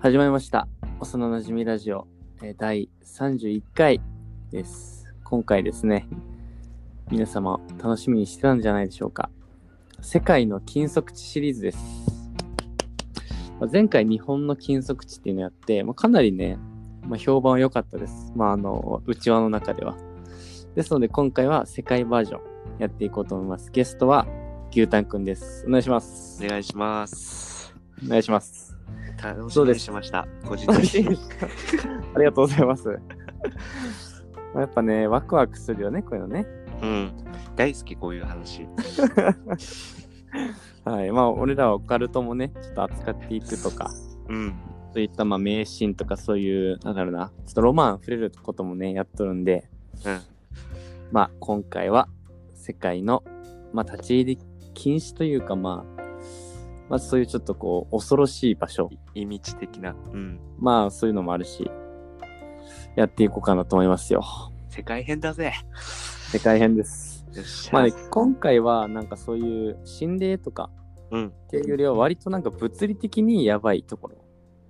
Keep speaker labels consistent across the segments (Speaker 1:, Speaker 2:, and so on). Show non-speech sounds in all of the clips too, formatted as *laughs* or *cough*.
Speaker 1: 始まりました。幼なじみラジオ、えー第31回です。今回ですね、皆様楽しみにしてたんじゃないでしょうか。世界の禁足地シリーズです。まあ前回日本の禁足地っていうのやって、まあ、かなりね、まあ、評判は良かったです。まあ、あの、内輪の中では。ですので今回は世界バージョンやっていこうと思います。ゲストは牛タンくんです。お願いします。
Speaker 2: お願いします。
Speaker 1: お願いします。
Speaker 2: 楽し
Speaker 1: そう
Speaker 2: み
Speaker 1: で
Speaker 2: に
Speaker 1: す
Speaker 2: しました。個人
Speaker 1: 楽
Speaker 2: 的
Speaker 1: しみ
Speaker 2: に。
Speaker 1: にしたありがとうございます。やっぱね、ワクワクするよね、こういうのね。
Speaker 2: うん。大好き、こういう話。
Speaker 1: はい。まあ、俺らはオカルトもね、ちょっと扱っていくとか、
Speaker 2: うん。
Speaker 1: そういったまあ迷信とかそういう、なんだろうな、ちょっとロマン触れることもね、やっとるんで、
Speaker 2: うん。
Speaker 1: まあ、今回は世界の、まあ、立ち入り禁止というか、まあ、まあ、そういうちょっとこう、恐ろしい場所、
Speaker 2: 意味地的な。うん。
Speaker 1: まあ、そういうのもあるし、やっていこうかなと思いますよ。
Speaker 2: 世界編だぜ。
Speaker 1: 世界編です。
Speaker 2: よっしゃ。
Speaker 1: まあね、今回はなんかそういう心霊とか
Speaker 2: うん。
Speaker 1: っていうよりは割となんか物理的にやばいところ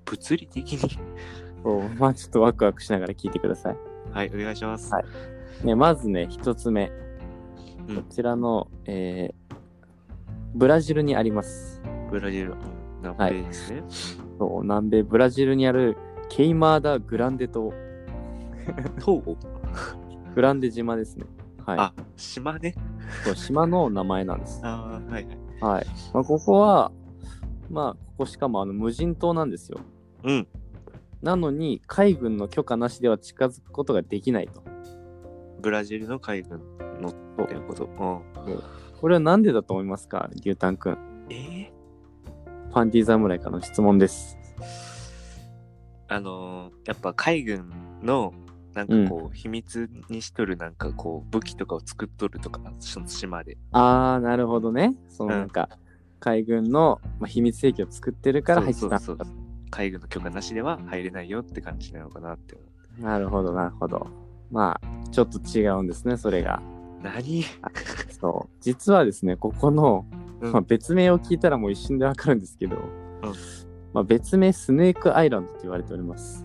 Speaker 2: 物理的に。
Speaker 1: を、まあちょっとワクワクしながら聞いてくださ
Speaker 2: はい、お願いします。
Speaker 1: はいい。ね、まずね、一つ目。
Speaker 2: うん
Speaker 1: こちらの、えーブラジルにあります。
Speaker 2: ブラジル。うん南米ですね。
Speaker 1: そう南米ブラジルにあるケイマーダ・グランデ島、
Speaker 2: 東欧。
Speaker 1: グランデ島ですね。は
Speaker 2: あ、島ね。
Speaker 1: い。そう島の名前なんです。
Speaker 2: あーはいはい。
Speaker 1: はい。まあ、ここは、まあ、ここしかもあの無人島なんですよ。
Speaker 2: うん。
Speaker 1: なのに、海軍の許可なしでは近づくことができないと。
Speaker 2: ブラジルの海軍のってこと。うん。
Speaker 1: これはなんでだと思いますか牛タンくん。
Speaker 2: えー
Speaker 1: パンティ侍からの質問です。
Speaker 2: あのーやっぱ海軍のなんかこう、秘密にしとるなんかこう武器とかを作っとるとかその島で
Speaker 1: あー、なるほどね。その
Speaker 2: うん
Speaker 1: なんか、海軍の、まあ、秘密兵器を作ってるから入ってた
Speaker 2: そ
Speaker 1: ん
Speaker 2: う
Speaker 1: だ
Speaker 2: そうそう海軍の許可なしでは入れないよって感じなのかなって思う
Speaker 1: なるほど、なるほど。まあ、ちょっと違うんですね、それが。
Speaker 2: 何
Speaker 1: そう。実はですね、ここの、
Speaker 2: うん
Speaker 1: まあ、別名を聞いたらもう一瞬でわかるんですけど、まあ、別名スネークアイランドと言われております。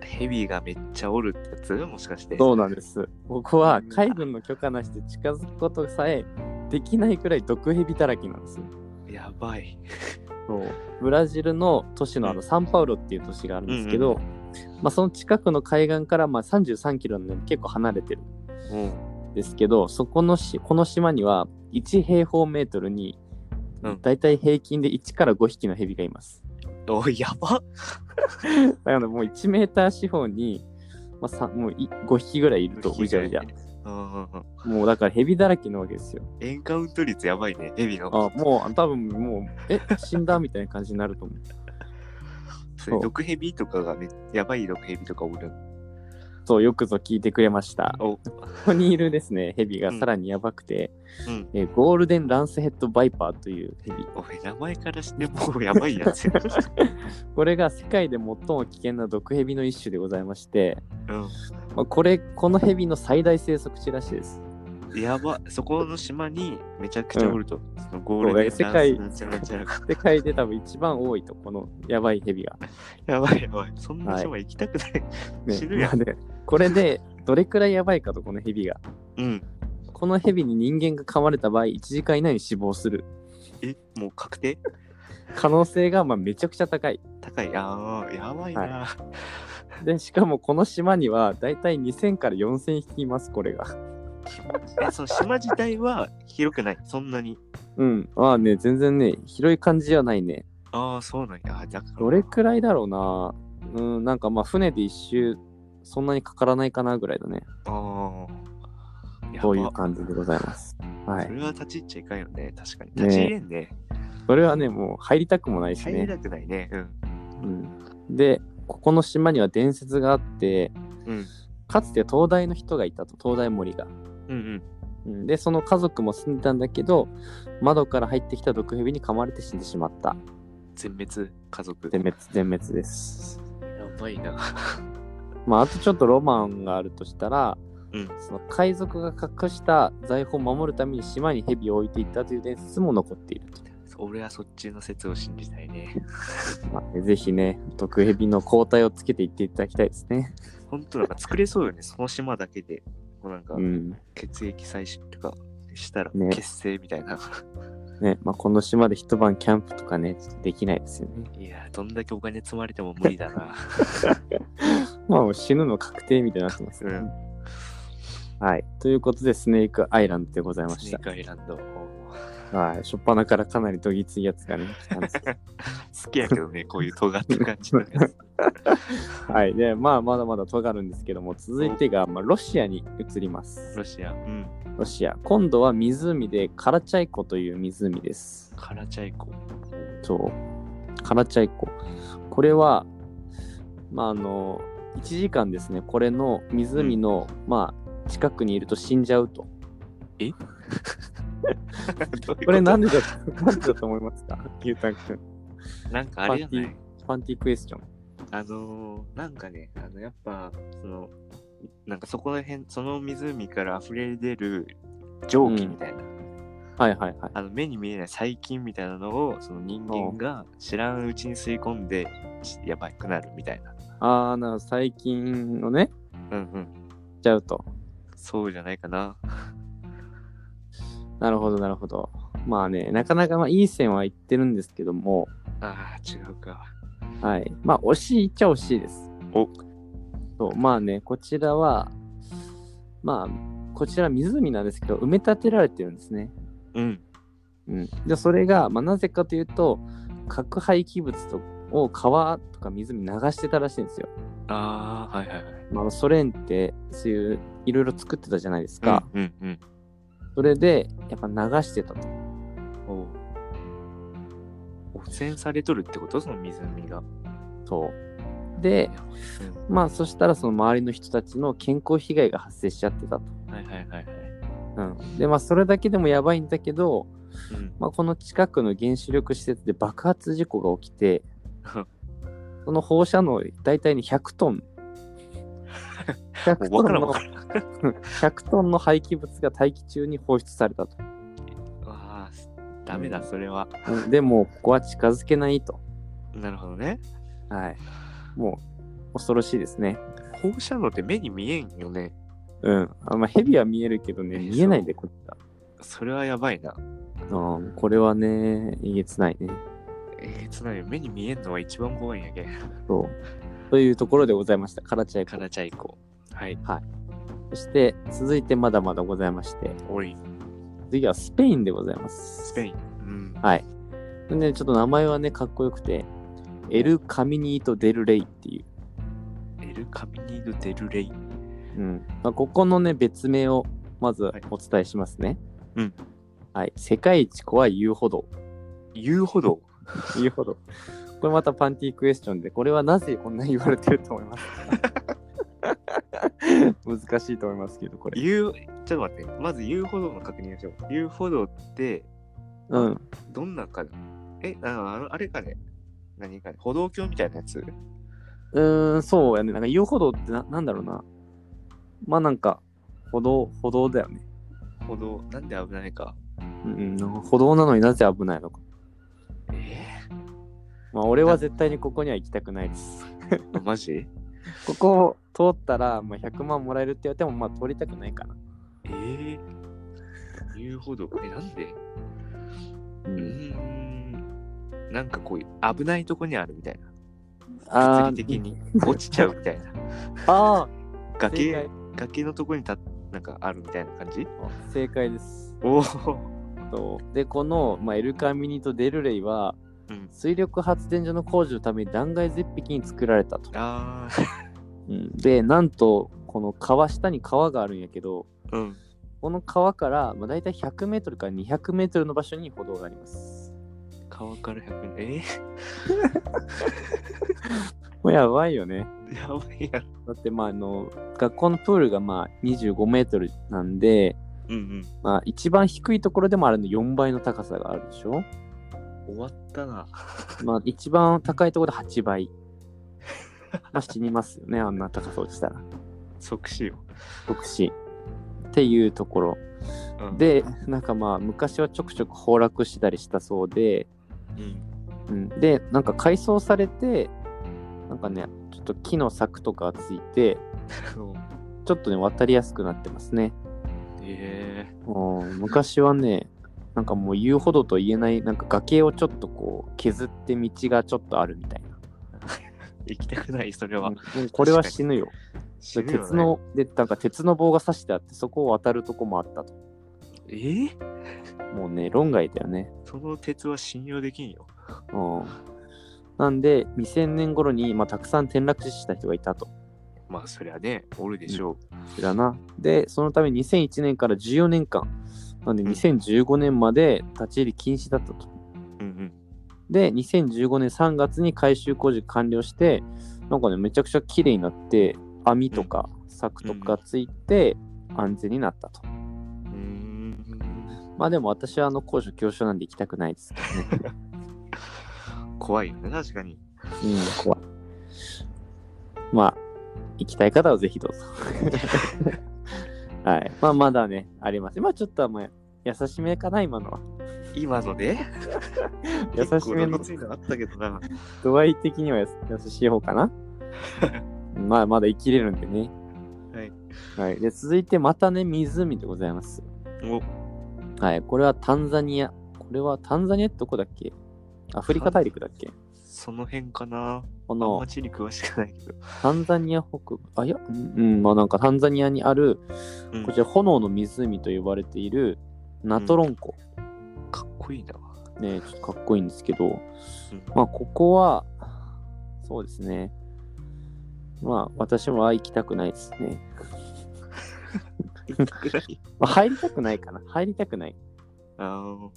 Speaker 2: ヘビがめっちゃおるってやつもしかして
Speaker 1: そうなんです。ここは海軍の許可なしで近づくことさえできないくらい毒蛇だらけなんですよ。
Speaker 2: やばい
Speaker 1: そうブラジルの都市のあ
Speaker 2: う
Speaker 1: の
Speaker 2: ん
Speaker 1: サンパウロっていう都市があるんですけど、まあ、その近くの海岸からまあ33キロなので結構離れてるん
Speaker 2: うん
Speaker 1: ですけどそこのしこの島には1平方メートルに
Speaker 2: うん
Speaker 1: だいたい平均で1から5匹のヘビがいます。
Speaker 2: おやば
Speaker 1: だからもう1メーター四方に、まあ、さもうい5匹ぐらいいるとうじゃうじゃ
Speaker 2: うんうんうん
Speaker 1: もうだからヘビだらけなわけですよ。
Speaker 2: エンカウント率やばいねヘビの
Speaker 1: あもう多分もうえ死んだ *laughs* みたいな感じになると思う。
Speaker 2: それ毒ヘビとかがめやばい毒ヘビとかおる
Speaker 1: そうよくぞ聞いてくれました。
Speaker 2: お
Speaker 1: ここにいるですね、ヘビがさらにやばくて、
Speaker 2: うん
Speaker 1: えーゴールデンランスヘッドバイパーというヘビ。
Speaker 2: おい名前からしてもうやばい
Speaker 1: *laughs*
Speaker 2: やつ
Speaker 1: これが世界で最も危険な毒ヘビの一種でございまして、
Speaker 2: う
Speaker 1: まあ、これ、このヘビの最大生息地らしいです。
Speaker 2: んやばそこの島にめちゃくちゃおると、そのゴールデン
Speaker 1: そうだよ
Speaker 2: ダンスなんちゃらなんちゃら
Speaker 1: 世界で多分一番多いと、このやばいヘビが。
Speaker 2: やばいやばいそんな島行きたくない、死ぬやん
Speaker 1: まあねこれで、どれくらいやばいかと、このヘビが。
Speaker 2: うん
Speaker 1: このヘビに人間が噛まれた場合、1時間以内に死亡する
Speaker 2: えもう確定
Speaker 1: 可能性がまあめちゃくちゃ高い。
Speaker 2: 高いあーやばいな、
Speaker 1: で、しかもこの島には、だいたい2000から4000匹います、これが。
Speaker 2: えその島自体は広くないそんなに
Speaker 1: うん。まあね、全然ね、広い感じじゃないね。
Speaker 2: ああそうなんやあだから
Speaker 1: どれくらいだろうな。うん、なんかまあ船で一周、そんなにかからないかなぐらいだね。
Speaker 2: ああやば
Speaker 1: という感じでございます。は
Speaker 2: そ
Speaker 1: い。
Speaker 2: れは立ち入っちゃいかんよね確かに
Speaker 1: ね
Speaker 2: 立ち入れんね
Speaker 1: それはね、もう入りたくもないし
Speaker 2: 入れ
Speaker 1: ね。
Speaker 2: たくないねうん
Speaker 1: うん、で、ここの島には伝説があって、
Speaker 2: うん
Speaker 1: かつて東大の人がいたと、東大森が。
Speaker 2: うん
Speaker 1: うん、で、その家族も住んでたんだけど、窓から入ってきた毒蛇に噛まれて死んでしまった。
Speaker 2: うん全滅家族
Speaker 1: 全滅、全滅です。
Speaker 2: やばいな
Speaker 1: まあ、あとちょっとロマンがあるとしたら、
Speaker 2: うん
Speaker 1: その海賊が隠した財宝を守るために島に蛇を置いていったという伝説も残っていると。
Speaker 2: 俺はそっちの説を信じたいね。
Speaker 1: まあぜひね、毒蛇の抗体をつけていっていただきたいですね。
Speaker 2: 本当なんか作れそうよね、その島だけで。こうなんか
Speaker 1: うん。
Speaker 2: 血液採取とかしたら
Speaker 1: ね
Speaker 2: 結成みたいな。
Speaker 1: ね、まあ、この島で一晩キャンプとかね、ちょっとできないですよね。
Speaker 2: いや、どんだけお金積まれても無理だな。
Speaker 1: まあ、もう死ぬの確定みたいになってますね。はい。ということで、スネークアイランドで *laughs* ございま
Speaker 2: ス
Speaker 1: し
Speaker 2: ニーカーアイランド。好
Speaker 1: た。はい。初っ端からかなりどぎついやつがね、来たんですけど
Speaker 2: きやけどね、こういう尖った感じのやつ。 *laughs*
Speaker 1: はい。で、まあ、まだまだ尖るんですけども、続いてが、まあ、ロシアに移ります。
Speaker 2: ロシア。うん。
Speaker 1: ロシア。今度は湖で、カラチャイコという湖です。
Speaker 2: カラチャイ *laughs* コ。
Speaker 1: そう。カラチャイコ。これは、まあ、あの、1時間ですね、これの湖の、まあ、近くにいると死んじゃうと。これなん
Speaker 2: で
Speaker 1: でだと、 *laughs* なんでだと思いますか牛タン君。
Speaker 2: なんかあれじゃ
Speaker 1: パ
Speaker 2: な
Speaker 1: ー
Speaker 2: い
Speaker 1: パンティクエスチョン。
Speaker 2: あのーなんかね、あの、やっぱ、その、なんかそこら辺、その湖から溢れ出る蒸気みたいな、
Speaker 1: はいはいはい。
Speaker 2: あの、目に見えない細菌みたいなのを、その人間が知らんうちに吸い込んで、しやばくなるみたいな。
Speaker 1: あー、なるほど最近のね、
Speaker 2: うんうん。
Speaker 1: ちゃうと。
Speaker 2: そうじゃないかな。
Speaker 1: なるほどなるほど。まあね、なかなかまあいい線は言ってるんですけども、
Speaker 2: ああ、違うか。
Speaker 1: はい。まあ、惜しいっちゃ惜しいです。
Speaker 2: お
Speaker 1: そう、まあね、こちらは、まあ、こちら湖なんですけど、埋め立てられてるんですね。
Speaker 2: うん。
Speaker 1: うん。で、それが、まあ、なぜかというと、核廃棄物とを川とか湖に流してたらしいんですよ。
Speaker 2: ああ、はいはいはい。
Speaker 1: まあ、ソ連って、そういう、いろいろ作ってたじゃないですか。
Speaker 2: うんうん
Speaker 1: それで、やっぱ流してたと。
Speaker 2: うん。おう汚染されとるってことその湖が。
Speaker 1: そう。で、
Speaker 2: う
Speaker 1: まあ、そしたら、その周りの人たちの健康被害が発生しちゃってたと。
Speaker 2: ん。はいはいはいはい。
Speaker 1: うん。で、まあ、それだけでもやばいんだけど、
Speaker 2: うん。
Speaker 1: まあ、この近くの原子力施設で爆発事故が起き
Speaker 2: *laughs*
Speaker 1: てその放射能大体に100トン100
Speaker 2: もう
Speaker 1: トン
Speaker 2: 分からん
Speaker 1: の
Speaker 2: 分からん。
Speaker 1: 100トンの廃棄物が大気中に放出されたと、
Speaker 2: ああ、ダメだ、それは。
Speaker 1: うんでもうここは近づけないと
Speaker 2: なるほどね。
Speaker 1: はいもう恐ろしいですね
Speaker 2: 放射能って目に見えんよね。
Speaker 1: うんあまあ蛇は見えるけどね
Speaker 2: えー
Speaker 1: 見えないんでこっちは
Speaker 2: それはやばいな。
Speaker 1: うんこれはねえげつないね
Speaker 2: えー、つまり目に見えんのは一番怖いんやけ。
Speaker 1: そうというところでございましたカラチャイ
Speaker 2: カ
Speaker 1: コ
Speaker 2: ナチャイコ。はい。
Speaker 1: そして続いてまだまだございまして
Speaker 2: おい、
Speaker 1: 次はスペインでございます
Speaker 2: スペイン。うん。
Speaker 1: はい。でね、ちょっと名前はね、かっこよくて、エル・カミニート・デル・レイっていう。
Speaker 2: エル・カミニード・デル・レイ。
Speaker 1: うんまあ、ここのね、別名をまずお伝えしますね。
Speaker 2: うん。
Speaker 1: はい。世界一怖い遊歩道。
Speaker 2: 言うほど。
Speaker 1: 遊歩道。これまたパンティークエスチョンで、これはなぜこんなに言われてると思いますか難しいと思いますけど、これ。
Speaker 2: 言う、ちょっと待って。まず言うほどの確認をしよう。言うほどって、
Speaker 1: うん。
Speaker 2: どんなかえ、あの、あのあれかね。何かね。歩道橋みたいなやつ。
Speaker 1: うーん、そうやね。なんか遊歩道ってななんだろうな。まあなんか、歩道、歩道だよね。
Speaker 2: 歩道、なんで危ないか。
Speaker 1: うんうん、なんか歩道なのになぜ危ないのか。
Speaker 2: え
Speaker 1: まあ、俺は絶対にここには行きたくないです。
Speaker 2: ー、マジ
Speaker 1: *laughs* ここを通ったら、まあ、100万もらえるって言われても、まあ、通りたくないかな。
Speaker 2: えー、言うほど。え、なんで
Speaker 1: う
Speaker 2: うー
Speaker 1: ん、
Speaker 2: んなんかこう危ないとこにあるみたいな。
Speaker 1: あ
Speaker 2: 物理的に落ちちゃうみたいな。
Speaker 1: あー正
Speaker 2: 崖
Speaker 1: 解、
Speaker 2: 崖のとこにたなんかあるみたいな感じ
Speaker 1: 正解です。
Speaker 2: おお。
Speaker 1: そうで、この、まあ、エルカミニとデルレイは、
Speaker 2: うん
Speaker 1: 水力発電所の工事のために断崖絶壁に作られたと。
Speaker 2: あ
Speaker 1: うん、で、なんと、この川下に川があるんやけど、
Speaker 2: あ。 *laughs* うん。
Speaker 1: この川から、まあ、大体100メートルから200メートルの場所に歩道があります。
Speaker 2: 川から100年。
Speaker 1: もうやばいよね。
Speaker 2: えー、 *laughs* やばいやろ。
Speaker 1: だってまああの学校のプールがまあ25メートルなんで、
Speaker 2: うん
Speaker 1: まあ、一番低いところでもあれの4倍の高さがあるでしょ、
Speaker 2: うん。終わったな。
Speaker 1: まあ、一番高いところで8倍まあ死にますよねあんな高さ落ちたら
Speaker 2: 即死よ。
Speaker 1: 特しっていうところ
Speaker 2: うん、
Speaker 1: でなんかまあ昔はちょくちょく崩落したりしたそうで、
Speaker 2: うん、
Speaker 1: うん、でなんか改装されてなんかねちょっと木の柵とかがついてちょっとね渡りやすくなってますね
Speaker 2: ええ *laughs*
Speaker 1: うん昔はねなんかもう言うほどと言えないなんか崖をちょっとこう削って道がちょっとあるみたいな
Speaker 2: 行きたくない、それは。
Speaker 1: うんこれは死ぬよ
Speaker 2: 死ぬよね
Speaker 1: 鉄のでなんか鉄の棒が刺してあってそこを渡るとこもあったと
Speaker 2: えー
Speaker 1: もうね論外だよね
Speaker 2: その鉄は信用できんよ。
Speaker 1: うんなんで2000年頃に、まあ、たくさん転落死した人がいたと
Speaker 2: まあ、そりゃね、おるでしょ
Speaker 1: だなでそのため2001年から14年間なんで
Speaker 2: うん
Speaker 1: 2015年まで立ち入り禁止だったと
Speaker 2: う。うん
Speaker 1: で2015年3月に改修工事完了してなんかねめちゃくちゃ綺麗になって網とか柵とかついて安全になったと、
Speaker 2: うん。うー
Speaker 1: まあでも私はあの高所恐怖症なんで行きたくないですけどね
Speaker 2: ん。怖いよね、確かに。
Speaker 1: うん、怖い。まあ、行きたい方はぜひどうぞ。はい。まあ、まだね、あります。まあ、ちょっとまあ優しめかな、今のは。
Speaker 2: 今ので
Speaker 1: 優しめの
Speaker 2: *laughs* 結構どついのあったけどな。
Speaker 1: 度合い的にはやす優しい方か
Speaker 2: *laughs*
Speaker 1: な。まあ、まだ生きれるんでね。
Speaker 2: はい。
Speaker 1: はい。で、続いて、またね、湖でございます。
Speaker 2: お
Speaker 1: はい。これはタンザニア。これはタンザニアってどこだっけアフリカ大陸だっけ
Speaker 2: その辺かな。
Speaker 1: こ
Speaker 2: あん
Speaker 1: の
Speaker 2: ま地に詳しくないけど。
Speaker 1: タンザニア北部、あ、いや、うんうん、まあなんかタンザニアにある、
Speaker 2: うん
Speaker 1: こちら炎の湖と呼ばれているナトロン湖、
Speaker 2: かっこいい
Speaker 1: *laughs*
Speaker 2: な。
Speaker 1: ねちょっとかっこいいんですけど、
Speaker 2: うん
Speaker 1: まあここはそうですねまあ私は行きたくないですね、
Speaker 2: 行きたくない
Speaker 1: まあ、入りたくないかな入りたくない、
Speaker 2: あの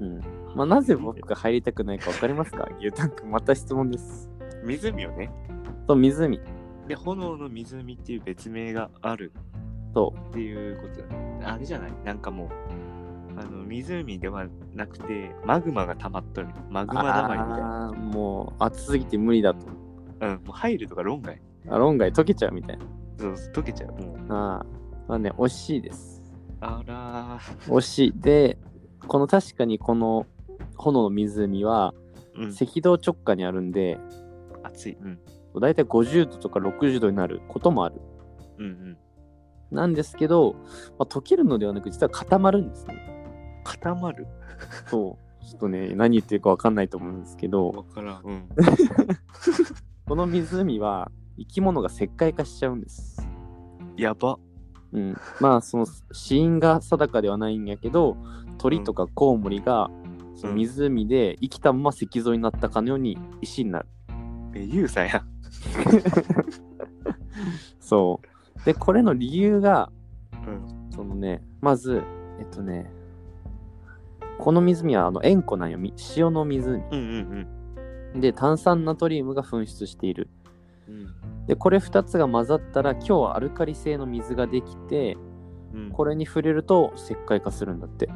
Speaker 1: うんまあ、なぜ僕が入りたくないか分かりますか牛タン君また質問です
Speaker 2: 湖をね。
Speaker 1: と湖
Speaker 2: で、炎の湖っていう別名がある
Speaker 1: と
Speaker 2: っていうことだねあれじゃないなんかもう、あの、湖ではなくて、マグマが溜まっとる。マグマ溜まりみたいな。
Speaker 1: あーもう暑すぎて無理だと
Speaker 2: うん、もう入るとか論外。
Speaker 1: あ論外溶けちゃうみたい
Speaker 2: そう、溶けちゃう。もう、
Speaker 1: なあーまあね惜しいです
Speaker 2: あらー。
Speaker 1: 惜しいでこの確かにこの炎の湖は
Speaker 2: うん、
Speaker 1: 赤道直下にあるんで、
Speaker 2: 暑い。うん、
Speaker 1: だいたい50度とか60度になることもある。
Speaker 2: うん、うん。
Speaker 1: なんですけど、まあ、溶けるのではなく、実は固まるんですね。
Speaker 2: 固まる
Speaker 1: そう。ちょっとね、何言ってるか分かんないと思うんですけど、
Speaker 2: わから
Speaker 1: *laughs*
Speaker 2: ん。うん。
Speaker 1: この湖は生き物が石灰化しちゃうんです。
Speaker 2: やば。
Speaker 1: うん。まあ、その死因が定かではないんやけど、鳥とかコウモリが、その湖で生きたまま石像になったかのように石になる。
Speaker 2: え、ゆうさんやん。
Speaker 1: そう。で、これの理由が、
Speaker 2: うん。
Speaker 1: そのね、まず、えっとね、この湖はあの塩湖なんよ、み塩の湖。
Speaker 2: うんうん
Speaker 1: で、炭酸ナトリウムが噴出している。
Speaker 2: うん。
Speaker 1: で、これ2つが混ざったら、今日はアルカリ性の水ができて、
Speaker 2: うん。うん、
Speaker 1: これに触れると石灰化するんだって。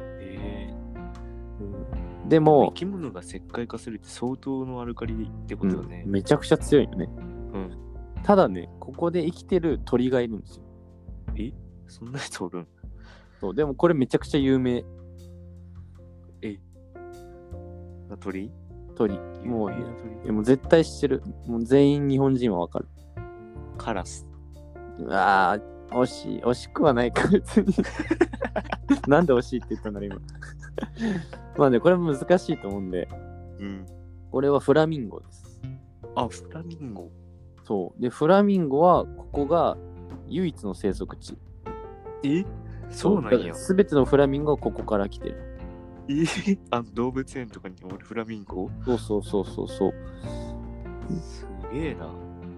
Speaker 2: えー
Speaker 1: で
Speaker 2: 生
Speaker 1: も、
Speaker 2: き物が石灰化するって相当のアルカリってこ
Speaker 1: う
Speaker 2: とだ
Speaker 1: ん
Speaker 2: ね。
Speaker 1: めちゃくちゃ強いよね。
Speaker 2: うん。
Speaker 1: ただね、ここで生きてる鳥がいるんですよ。
Speaker 2: そんな人おるん
Speaker 1: そうでもこれめちゃくちゃ有名
Speaker 2: な鳥
Speaker 1: 鳥。もう、
Speaker 2: 有名ない鳥
Speaker 1: やもう絶対知ってる。もう全員日本人はわかる。
Speaker 2: カラス。
Speaker 1: ああ、惜しい。惜しくはないか、 *laughs* 別
Speaker 2: *laughs*
Speaker 1: に。なんで惜しいって言ったんだろう、今。 *laughs* まあね、これも難しいと思うんで、
Speaker 2: うん。
Speaker 1: これはフラミンゴです。
Speaker 2: あ、フラミンゴ。
Speaker 1: そう。で、フラミンゴは、ここが唯一の生息地。
Speaker 2: えそうなんや。
Speaker 1: すべてのフラミンゴはここから来てる。
Speaker 2: えあの動物園とかにおるフラミンゴ
Speaker 1: そうそうそうそうそう。
Speaker 2: すげえな。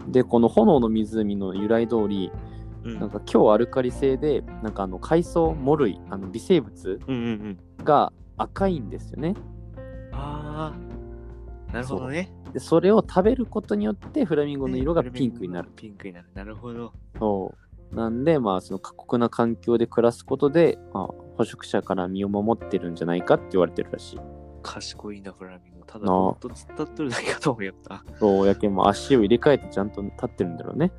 Speaker 1: で、この炎の湖の由来通り、
Speaker 2: うん。
Speaker 1: なんか強アルカリ性で、なんかあの海藻、藻類、あの微生物
Speaker 2: うんうんうん。
Speaker 1: が赤いんですよね。
Speaker 2: ああ。なるほどね。
Speaker 1: で、それを食べることによってフラミンゴの色が
Speaker 2: ね
Speaker 1: ピンクになる。。
Speaker 2: フラミンゴがピンクになる。なるほど。
Speaker 1: そう。なんで、まあ、その過酷な環境で暮らすことで、まあ、捕食者から身を守ってるんじゃないかって言われてるらしい。
Speaker 2: 賢いな、フラミンゴ。ただ、
Speaker 1: なあ
Speaker 2: ほんと突っ立っとるだけかと思うやった。
Speaker 1: そうやけんも足を入れ替えてちゃんと立ってるんだろうね。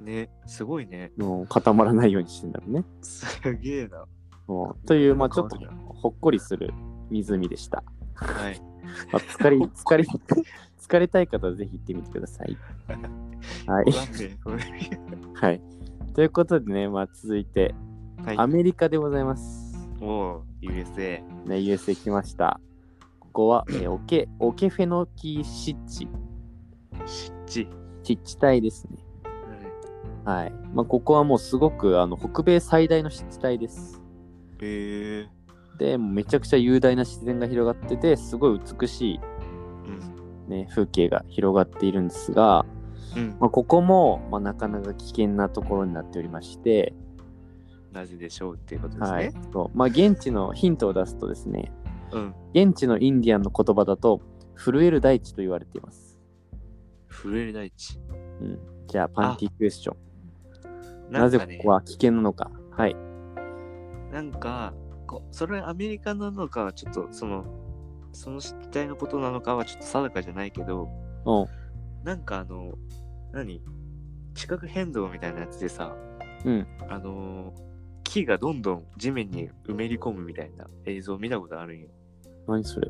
Speaker 2: ね、すごいね。
Speaker 1: もう固まらないようにしてんだろうね。
Speaker 2: すげえな。
Speaker 1: もうという、まあ、ちょっと
Speaker 2: 変わる
Speaker 1: ほっこりする湖でした。
Speaker 2: はい。
Speaker 1: まあ、疲れ、
Speaker 2: *laughs* ほっこ
Speaker 1: 疲れ、疲れたい方はぜひ行ってみてくだ
Speaker 2: *laughs*
Speaker 1: さい。はい
Speaker 2: ご。覧ねごめん
Speaker 1: はい。ということでね、まあ、続いて、
Speaker 2: はい
Speaker 1: アメリカでございます。
Speaker 2: もう、USA。
Speaker 1: ね、USA 来ました。ここは、え
Speaker 2: *laughs*
Speaker 1: ーオケ、オケフェノキ湿地、
Speaker 2: 湿地。
Speaker 1: 湿地帯ですね。はい。まあ、ここはもうすごく、あの、北米最大の湿地帯です。
Speaker 2: ええ
Speaker 1: で、もうめちゃくちゃ雄大な自然が広がってて、すごい美し
Speaker 2: うん。
Speaker 1: い、ね、風景が広がっているんですが、
Speaker 2: うん。
Speaker 1: まあ、ここも、まあ、なかなか危険なところになっておりまして、
Speaker 2: なぜでしょうっていうことですね。
Speaker 1: はい。そうまあ、現地のヒントを出すとですね、
Speaker 2: うん。
Speaker 1: 現地のインディアンの言葉だと、震える大地と言われています。
Speaker 2: 震える大地。
Speaker 1: うん。じゃあ、パンティクエスチョン。
Speaker 2: な
Speaker 1: なんぜ
Speaker 2: か
Speaker 1: こ
Speaker 2: ね
Speaker 1: こは危険なのか。はい。
Speaker 2: なんかこそれアメリカなのかはちょっとそのその失態のことなのかはちょっと定かじゃないけど
Speaker 1: うん。
Speaker 2: なんかあの何地殻変動みたいなやつでさ、
Speaker 1: うん
Speaker 2: あのー木がどんどん地面に埋めり込むみたいな映像見たことあるんよ
Speaker 1: 何それ。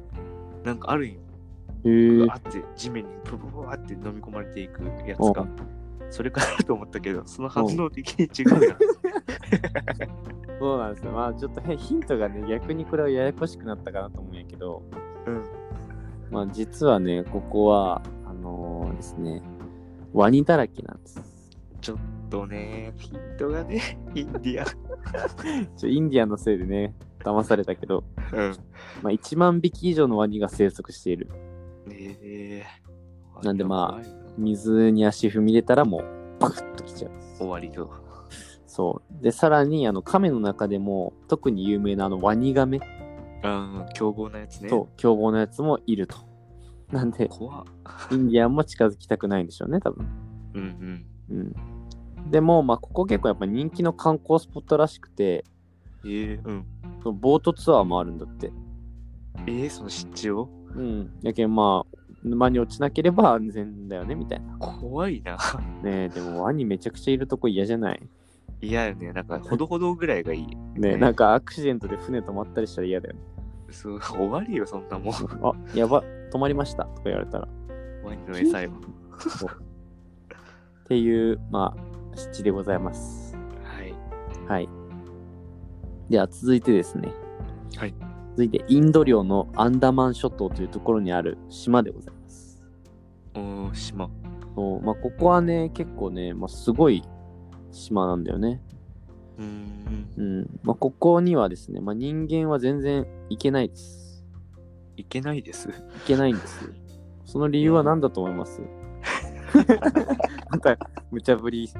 Speaker 2: なんかあるんよ
Speaker 1: へえ
Speaker 2: うわ。って地面にブブブワって飲み込まれていくやつ
Speaker 1: う
Speaker 2: がそれかなと思ったけどその反応的に違うやん
Speaker 1: そうなんですよ。まあ、ちょっとへヒントがね、逆にこれはややこしくなったかなと思うんやけど、
Speaker 2: *laughs* うん
Speaker 1: まあ、実はね、ここは、あのーですね、ワニだらけなんです。
Speaker 2: *laughs* ちょっとねヒントがねインディ
Speaker 1: ちょインディアンのせいでね、騙されたけど、
Speaker 2: アンうん
Speaker 1: まあ、1万匹以上のワニが生息している。
Speaker 2: ねえ
Speaker 1: なんでま
Speaker 2: ありがたいな
Speaker 1: 水に足踏み入れたらもう、パクッと来ちゃう。
Speaker 2: 終わりと。
Speaker 1: そう。で、さらに、あの、亀の中でも、特に有名なあの、ワニガメ
Speaker 2: うん、凶暴なやつね。
Speaker 1: と凶暴なやつもいると。なん
Speaker 2: *laughs*
Speaker 1: で、
Speaker 2: 怖っ。
Speaker 1: インディアンも近づきたくないんでしょうね、多分。
Speaker 2: うん
Speaker 1: うん。でも、まあ、ここ結構やっぱ人気の観光スポットらしくて、
Speaker 2: うん。ええうん。
Speaker 1: そのボートツアーもあるんだって。
Speaker 2: ええその湿地を
Speaker 1: うん。やけん、まあ、沼に落ちなければ安全だよね、みたいな。
Speaker 2: 怖いな。 *laughs*
Speaker 1: ねえ、でもワニめちゃくちゃいるとこ嫌じゃない
Speaker 2: 嫌よね。なんか、ほどほどぐらいがいい。
Speaker 1: ねえ、
Speaker 2: ね
Speaker 1: なんかアクシデントで船止まったりしたら嫌だよね。
Speaker 2: そう、 *laughs* 終わりよ、そんなもん。
Speaker 1: あ、やば、止まりましたとか言われたら。
Speaker 2: ワニの餌よ。
Speaker 1: っていう、まあ、湿地でございます。
Speaker 2: はい。
Speaker 1: はい。では続いてですね。
Speaker 2: はい。
Speaker 1: 続いて、インド領のアンダマン諸島というところにある島でございます。
Speaker 2: おー、島。
Speaker 1: そうまあ、ここはね、結構ね、まあ、すごい島なんだよね。
Speaker 2: うーん。
Speaker 1: うん。まあ、ここにはですね、まあ、人間は全然行けないです。
Speaker 2: いけないです。
Speaker 1: 行けないんですよ。その理由は何だと思います *laughs* なんか、無茶ぶり質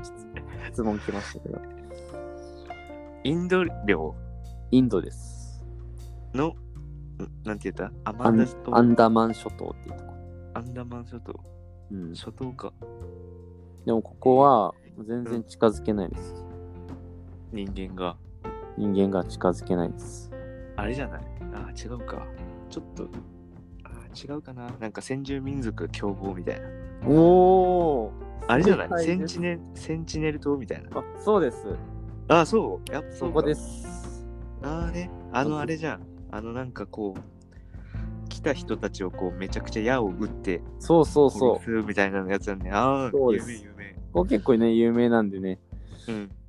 Speaker 1: 質問来ましたけど。
Speaker 2: インド領
Speaker 1: インドです。
Speaker 2: の、んなんて言ったア
Speaker 1: ア
Speaker 2: マンダ
Speaker 1: ン
Speaker 2: 諸島
Speaker 1: アンダマン諸島っていうところ。
Speaker 2: アンダマン諸島。
Speaker 1: うん。
Speaker 2: 諸島か。
Speaker 1: でもここは全然近づけないです。
Speaker 2: 人間が。
Speaker 1: 人間が近づけないです。
Speaker 2: あれじゃないあー違うか。ちょっと、あー違うかな。なんか先住民族凶暴みたいな。
Speaker 1: おお
Speaker 2: あれじゃないセンチネル、センチネル島みたいな。
Speaker 1: あそうです。
Speaker 2: あー、そう。やっぱそ
Speaker 1: そうこ
Speaker 2: か。
Speaker 1: です。
Speaker 2: ああね。あのあれじゃん。あのなんかこう、来た人たちをこうめちゃくちゃ矢を撃って、
Speaker 1: そうそうそう。
Speaker 2: するみたいなやつだね。ああ、
Speaker 1: そう
Speaker 2: 有
Speaker 1: です
Speaker 2: 名有名。
Speaker 1: ここ結構ね、有名なんでね、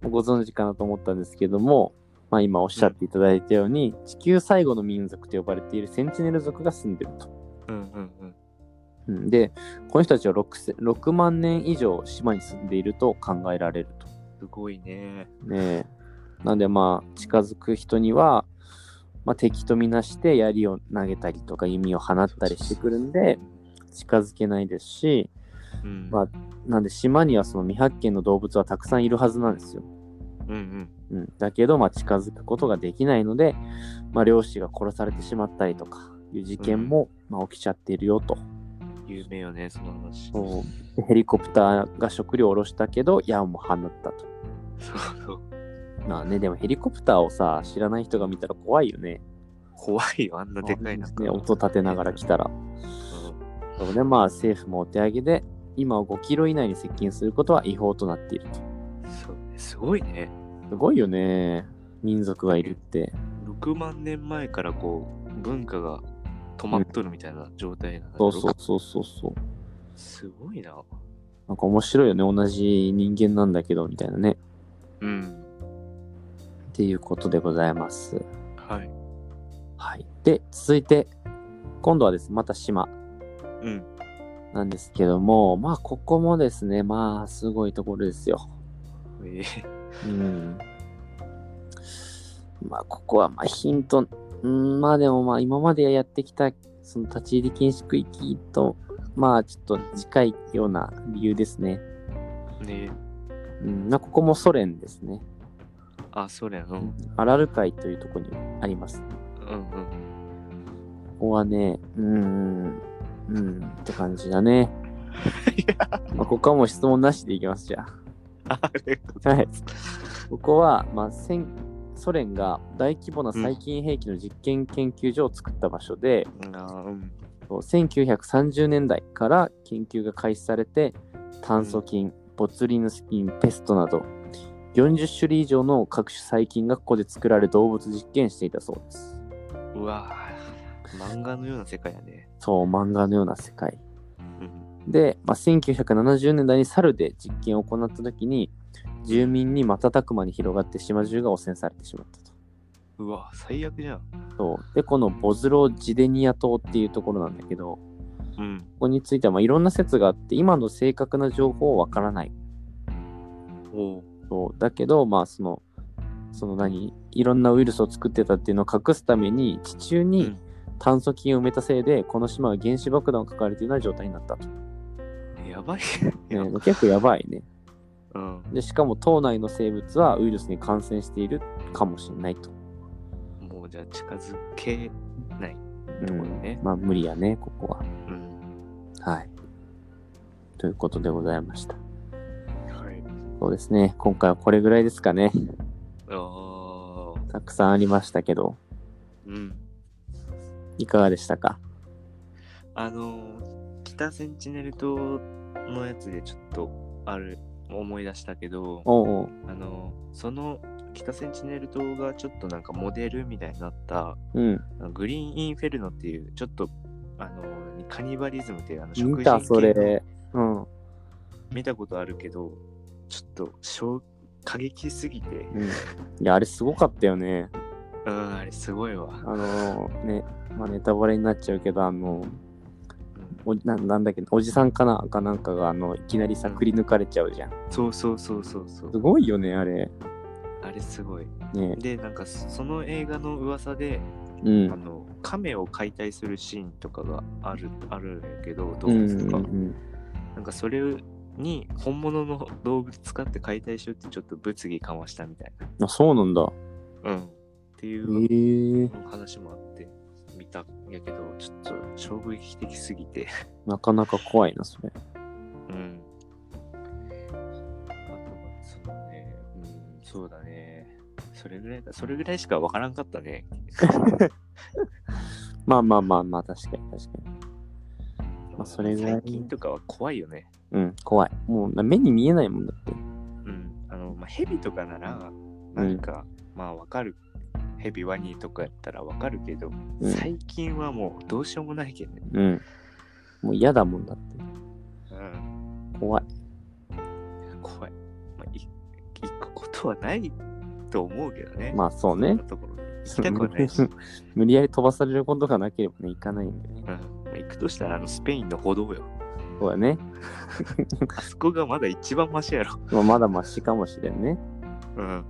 Speaker 2: うん。
Speaker 1: ご存知かなと思ったんですけども、まあ今おっしゃっていただいたように、地球最後の民族と呼ばれているセンチネル族が住んでると。
Speaker 2: うんうんうん。
Speaker 1: うん、で、この人たちは 6, せ6万年以上島に住んでいると考えられると。
Speaker 2: すごいね。
Speaker 1: ねえ。なんでまあ近づく人には、まあ、敵とみなして槍を投げたりとか弓を放ったりしてくるんで近づけないですし
Speaker 2: うん。
Speaker 1: まあなんで島にはその未発見の動物はたくさんいるはずなんですよ、
Speaker 2: うんう
Speaker 1: う
Speaker 2: ん。
Speaker 1: ん、だけどまあ近づくことができないので、まあ、漁師が殺されてしまったりとかいう事件もまあ起きちゃっているよと、
Speaker 2: 有名よね、その話。
Speaker 1: そうでヘリコプターが食料を下ろしたけど矢も放ったと
Speaker 2: そうそう。
Speaker 1: まあねでもヘリコプターをさ知らない人が見たら怖いよね
Speaker 2: 怖いよ、あんなでかいなんか。
Speaker 1: ね、音立てながら来たら。
Speaker 2: うん
Speaker 1: そこでまあ政府もお手上げで、今は5キロ以内に接近することは違法となっていると。
Speaker 2: すごいね。
Speaker 1: すごいよね。民族がいるって。
Speaker 2: 6万年前からこう、文化が止まっとるみたいな状態なんだ
Speaker 1: そうそうそうそうそう。
Speaker 2: すごいな。
Speaker 1: なんか面白いよね。同じ人間なんだけど、みたいなね。
Speaker 2: うん。
Speaker 1: っていうことでございます。
Speaker 2: はい。
Speaker 1: はい。で、続いて、今度はですね、また島
Speaker 2: うん。
Speaker 1: なんですけども、まあ、ここもですね、まあ、すごいところですよ。
Speaker 2: え
Speaker 1: う
Speaker 2: ー
Speaker 1: ん。まあ、ここは、まあ、ヒント、うん、まあでも、まあ、今までやってきた、その立ち入り禁止区域と、まあ、ちょっと近いような理由ですね。
Speaker 2: ね
Speaker 1: うん、まあここもソ連ですね。
Speaker 2: あ、そりゃ、うん。
Speaker 1: アラル海というところにあります。
Speaker 2: うんうん。
Speaker 1: ここはね、うーん、うん、って感じだね。まあ、ここはもう質問なしでいきます、じゃあ。
Speaker 2: ありがとうございます。
Speaker 1: ここは、まあ、戦ソ連が大規模な細菌兵器の実験研究所を作った場所で、
Speaker 2: あーうん。
Speaker 1: そう1930年代から研究が開始されて、炭疽菌、ボツリヌス菌、ペストなど、40種類以上の各種細菌がここで作られ動物実験していたそうです。
Speaker 2: うわー漫画のような世界やね。
Speaker 1: そう、漫画のような世界。
Speaker 2: うん。
Speaker 1: で、まあ、1970年代に猿で実験を行った時に住民に瞬く間に広がって島中が汚染されてしまったと。
Speaker 2: うわ最悪じゃん。
Speaker 1: そうでこのボズロ・ジデニア島っていうところなんだけど
Speaker 2: うん。
Speaker 1: ここについてはまあいろんな説があって今の正確な情報はわからない
Speaker 2: おう
Speaker 1: そうだけどまあそのその何いろんなウイルスを作ってたっていうのを隠すために地中
Speaker 2: う
Speaker 1: に
Speaker 2: ん
Speaker 1: 炭疽菌を埋めたせいでこの島は原子爆弾を抱えているような状態になったと、
Speaker 2: やばい。
Speaker 1: ね結構やばいね
Speaker 2: *laughs* うん。
Speaker 1: でしかも島内の生物はウイルスに感染しているかもしれないと。
Speaker 2: もうじゃあ近づけない。
Speaker 1: と
Speaker 2: と
Speaker 1: こ
Speaker 2: こ
Speaker 1: ろ
Speaker 2: ろ
Speaker 1: ね
Speaker 2: ね
Speaker 1: まあ無理やね、ここは。
Speaker 2: うん。
Speaker 1: はい。ということでございました。
Speaker 2: はい。
Speaker 1: そうですね、今回はこれぐらいですかね。
Speaker 2: ああ。
Speaker 1: たくさんありましたけど、
Speaker 2: うん。
Speaker 1: いかがでしたか
Speaker 2: あのー、北センチネル島のやつでちょっとある思い出したけど、
Speaker 1: おうおう
Speaker 2: あのー、その北センチネル島がちょっとなんかモデルみたいになった、
Speaker 1: うん。
Speaker 2: あのグリーンインフェルノっていう、ちょっと、あのー、何カニバリズムっていうあの食
Speaker 1: 見
Speaker 2: 事
Speaker 1: た、それ。うん。うん。
Speaker 2: 見たことあるけど、ちょっと衝過激すぎて、
Speaker 1: いや、あれすごかったよね。
Speaker 2: うん、あれすごいわ。
Speaker 1: あのーね、まあ、ネタバレになっちゃうけど、あのー
Speaker 2: うん
Speaker 1: おな、なんだっけ、おじさんかなかなんかが、あの、いきなりさ、くり抜かれちゃうじゃん。
Speaker 2: そうそうそうそうそ
Speaker 1: す
Speaker 2: う。
Speaker 1: ごいよね、あれ。
Speaker 2: あれすごい。
Speaker 1: ね。
Speaker 2: で、なんかそその映画の噂で、
Speaker 1: う
Speaker 2: あ
Speaker 1: ん。
Speaker 2: の、亀を解体するシーンとかがある、あるんやけど、動
Speaker 1: うん
Speaker 2: 物と
Speaker 1: うん
Speaker 2: か。
Speaker 1: うん。
Speaker 2: なんかそれに本物の動物使って解体しようってちょっと物議かましたみたい
Speaker 1: あ、そうなんだ。
Speaker 2: な。うん。って
Speaker 1: へ
Speaker 2: い
Speaker 1: え
Speaker 2: う
Speaker 1: ー。
Speaker 2: 話もあって見たんやけど、ちょっと衝撃的すぎて。
Speaker 1: なかなか怖いな、それ。
Speaker 2: うん。あとは、そうだね。うん、そうだね。それぐらいだ。それぐらいしかわからんかったね。
Speaker 1: まあまあまあまあ、確かに確かに。まあ *laughs* それぐらい
Speaker 2: 最近とかは怖いよね。
Speaker 1: うん、怖い。もうな目に見えないもんだって。
Speaker 2: うん。あの、まあ、ヘビとかなら、なんか、まあわかる。ヘビワニとかやったらわかるけど、
Speaker 1: うん
Speaker 2: 最近はもうどうしようもないけどね。
Speaker 1: うん。もう嫌だもんだって。
Speaker 2: うん。
Speaker 1: 怖い。
Speaker 2: 怖い。まあ、い行くことはないと思うけどね。
Speaker 1: まあそうね
Speaker 2: んなところに行きたくはないし。
Speaker 1: *laughs* 無理やり飛ばされることがなければね、行かないんだよね。
Speaker 2: うんまあ行くとしたらあのスペインの歩道よ。
Speaker 1: そうだね。
Speaker 2: あそこがまだ一番マシやろ。
Speaker 1: まあ、まだマシかもしれんね。
Speaker 2: うん。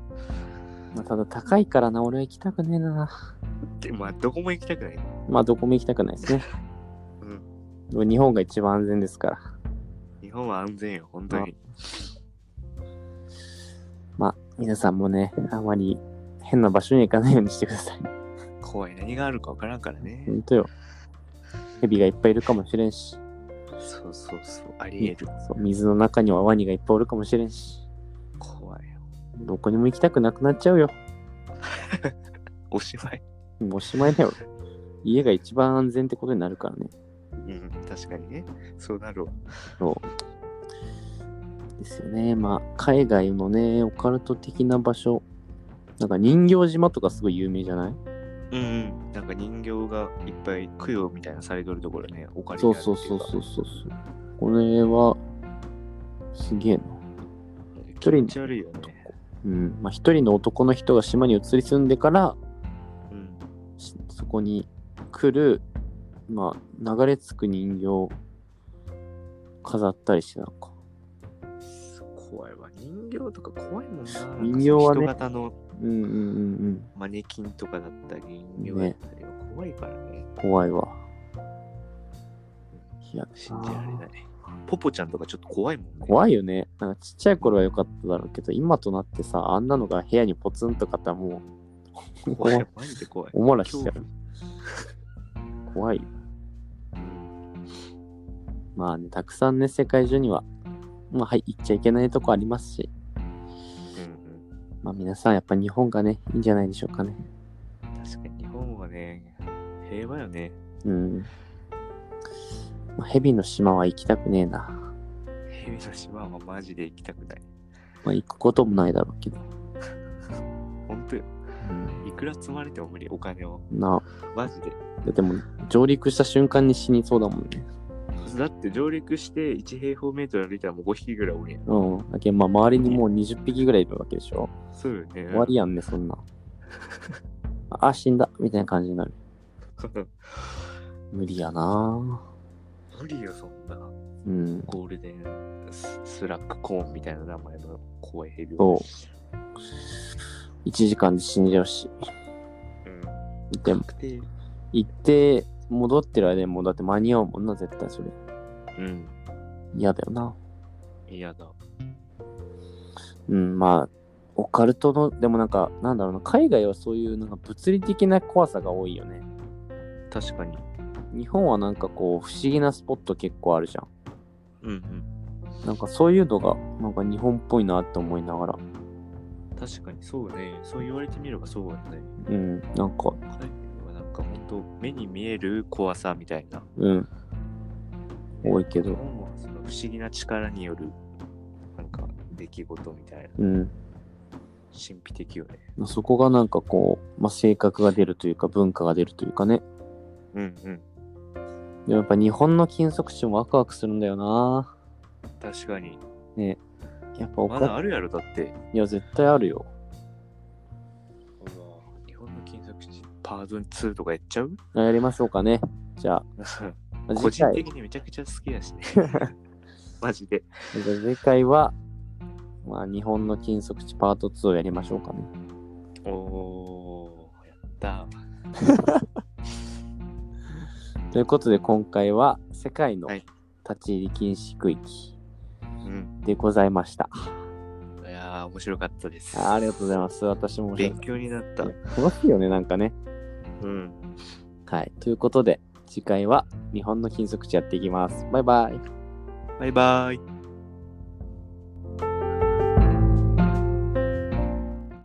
Speaker 1: まあ、ただ高いからな、俺は行きたくねえな。
Speaker 2: で、まあ、どこも行きたくない。
Speaker 1: まあどこも行きたくないですね。
Speaker 2: *laughs* うん。
Speaker 1: でも日本が一番安全ですから。
Speaker 2: 日本は安全よ、本当に。
Speaker 1: まあ皆さんもね、あまり変な場所には行かないようにしてくだ
Speaker 2: *laughs*
Speaker 1: さい。
Speaker 2: 怖い。何があるかわからんからね
Speaker 1: ほ。んとよ。蛇がいっぱいいるかもしれんし。
Speaker 2: そうそうそう。ありえる。
Speaker 1: そう水の中にはワニがいっぱいおるかもしれんし
Speaker 2: 怖いよ。
Speaker 1: どこにも行きたくなくなっちゃうよ
Speaker 2: おしまい。
Speaker 1: もうおしまいだよ家が一番安全ってことになるからね
Speaker 2: うん、確かにね。そうなるわ。
Speaker 1: そうですよね。まあ、海外のね、オカルト的な場所。なんか人形島とかすごい有名じゃない
Speaker 2: うんうん。なんか人形がいっぱい供養みたいなされてるところね、お金
Speaker 1: そうそうそうそうそうそう。これは、すげえな。
Speaker 2: 気持ち悪いよね。
Speaker 1: うん。まあ、一人の男の人が島に移り住んでから、
Speaker 2: うん。
Speaker 1: しそこに来る、まあ、流れ着く人形を飾ったりしてたのか。
Speaker 2: 怖いわ。人形とか怖いもんな。
Speaker 1: 人形はね
Speaker 2: なんかその人型の
Speaker 1: うんうんうん
Speaker 2: マネキンとかだったり、人形だったりは怖いからね。
Speaker 1: うん。怖いわ。いや、
Speaker 2: 信じられない。ポポちゃんとかちょっと怖いもんね。
Speaker 1: 怖いよね。なんかちっちゃい頃は良かっただろうけど、今となってさ、あんなのが部屋にポツンとかあったらもう、
Speaker 2: 怖い。マジで怖い。
Speaker 1: おもらしちゃう。怖いよ。まあね、たくさんね、世界中には、まあ、はい、行っちゃいけないとこありますし、
Speaker 2: うん
Speaker 1: まあ皆さんやっぱ日本がね、いいんじゃないでしょうかね。
Speaker 2: うん。確かに日本はね、平和よね。
Speaker 1: うん。まあ、蛇の島は行きたくねえな。
Speaker 2: 蛇の島はマジで行きたくない。
Speaker 1: まあ行くこともないだろうけど。
Speaker 2: 本当よ。いくら積まれても無理、お金を。
Speaker 1: うん、な
Speaker 2: マジで。
Speaker 1: あ、でも上陸した瞬間に死にそうだもんね。
Speaker 2: だって上陸して1平方メートル歩いたらもう5匹ぐらいおるやん。
Speaker 1: うん。だけどまあ周りにもう20匹ぐらいいるわけでしょ。
Speaker 2: そうよね。
Speaker 1: 終わりやんね、そんな。あ、死んだみたいな感じになる。無理やな
Speaker 2: *laughs* 無理よ、そんな。
Speaker 1: うん。
Speaker 2: ゴールデンススラックコーンみたいな名前の怖いヘビ
Speaker 1: そう。1時間で死んじゃうし。
Speaker 2: うん。
Speaker 1: でも、
Speaker 2: 確定。
Speaker 1: 行って、戻ってる間にもうだって間に合うもんな、絶対それ。
Speaker 2: うん。
Speaker 1: 嫌だよな。
Speaker 2: 嫌だ。
Speaker 1: うん、まあ、オカルトの、でもなんか、なんだろうな、海外はそういうなんか物理的な怖さが多いよね。
Speaker 2: 確かに。
Speaker 1: 日本はなんかこう、不思議なスポット結構あるじゃ
Speaker 2: うん
Speaker 1: ん。なんかそういうのが、なんか日本っぽいなって思いながら。
Speaker 2: うん。確かにそうね。そう言われてみればそうだね。
Speaker 1: うん、なんか、
Speaker 2: 海外はなんか本当目に見える怖さみたいな。
Speaker 1: うん。多いけ
Speaker 2: 日
Speaker 1: ど。
Speaker 2: 本はその不思議な力によるなんか出来事みたいな。
Speaker 1: うん。
Speaker 2: 神秘的よね。
Speaker 1: そこがなんかこう、まあ、性格が出るというか、文化が出るというかね。
Speaker 2: うんうん。
Speaker 1: でもやっぱ日本の金属地もワクワクするんだよな。
Speaker 2: 確かに。
Speaker 1: やっぱお
Speaker 2: まだ
Speaker 1: か
Speaker 2: あるやろ、だって。
Speaker 1: いや、絶対あるよ。
Speaker 2: 日本の金属地パート2とかやっちゃう
Speaker 1: やりましょうかね。じゃあ、まあ
Speaker 2: 個
Speaker 1: 次
Speaker 2: 人
Speaker 1: 回、
Speaker 2: 的にめちゃくちゃ好きやしね。マジで。
Speaker 1: じゃあ次回は、まあ、日本の金属地パート2をやりましょうかね。
Speaker 2: おー、やった。
Speaker 1: ということで、今回は世界の
Speaker 2: はい
Speaker 1: 立ち入り禁止区域
Speaker 2: うん。
Speaker 1: でございました。
Speaker 2: いやー、面白かったです。
Speaker 1: あありがとうございます。私も面白い
Speaker 2: 勉強になった。
Speaker 1: 楽しいよね、なんかね。
Speaker 2: うん。
Speaker 1: はい。ということで、次回は日本の金属地やっていきます。バイバイ。
Speaker 2: バイバイ。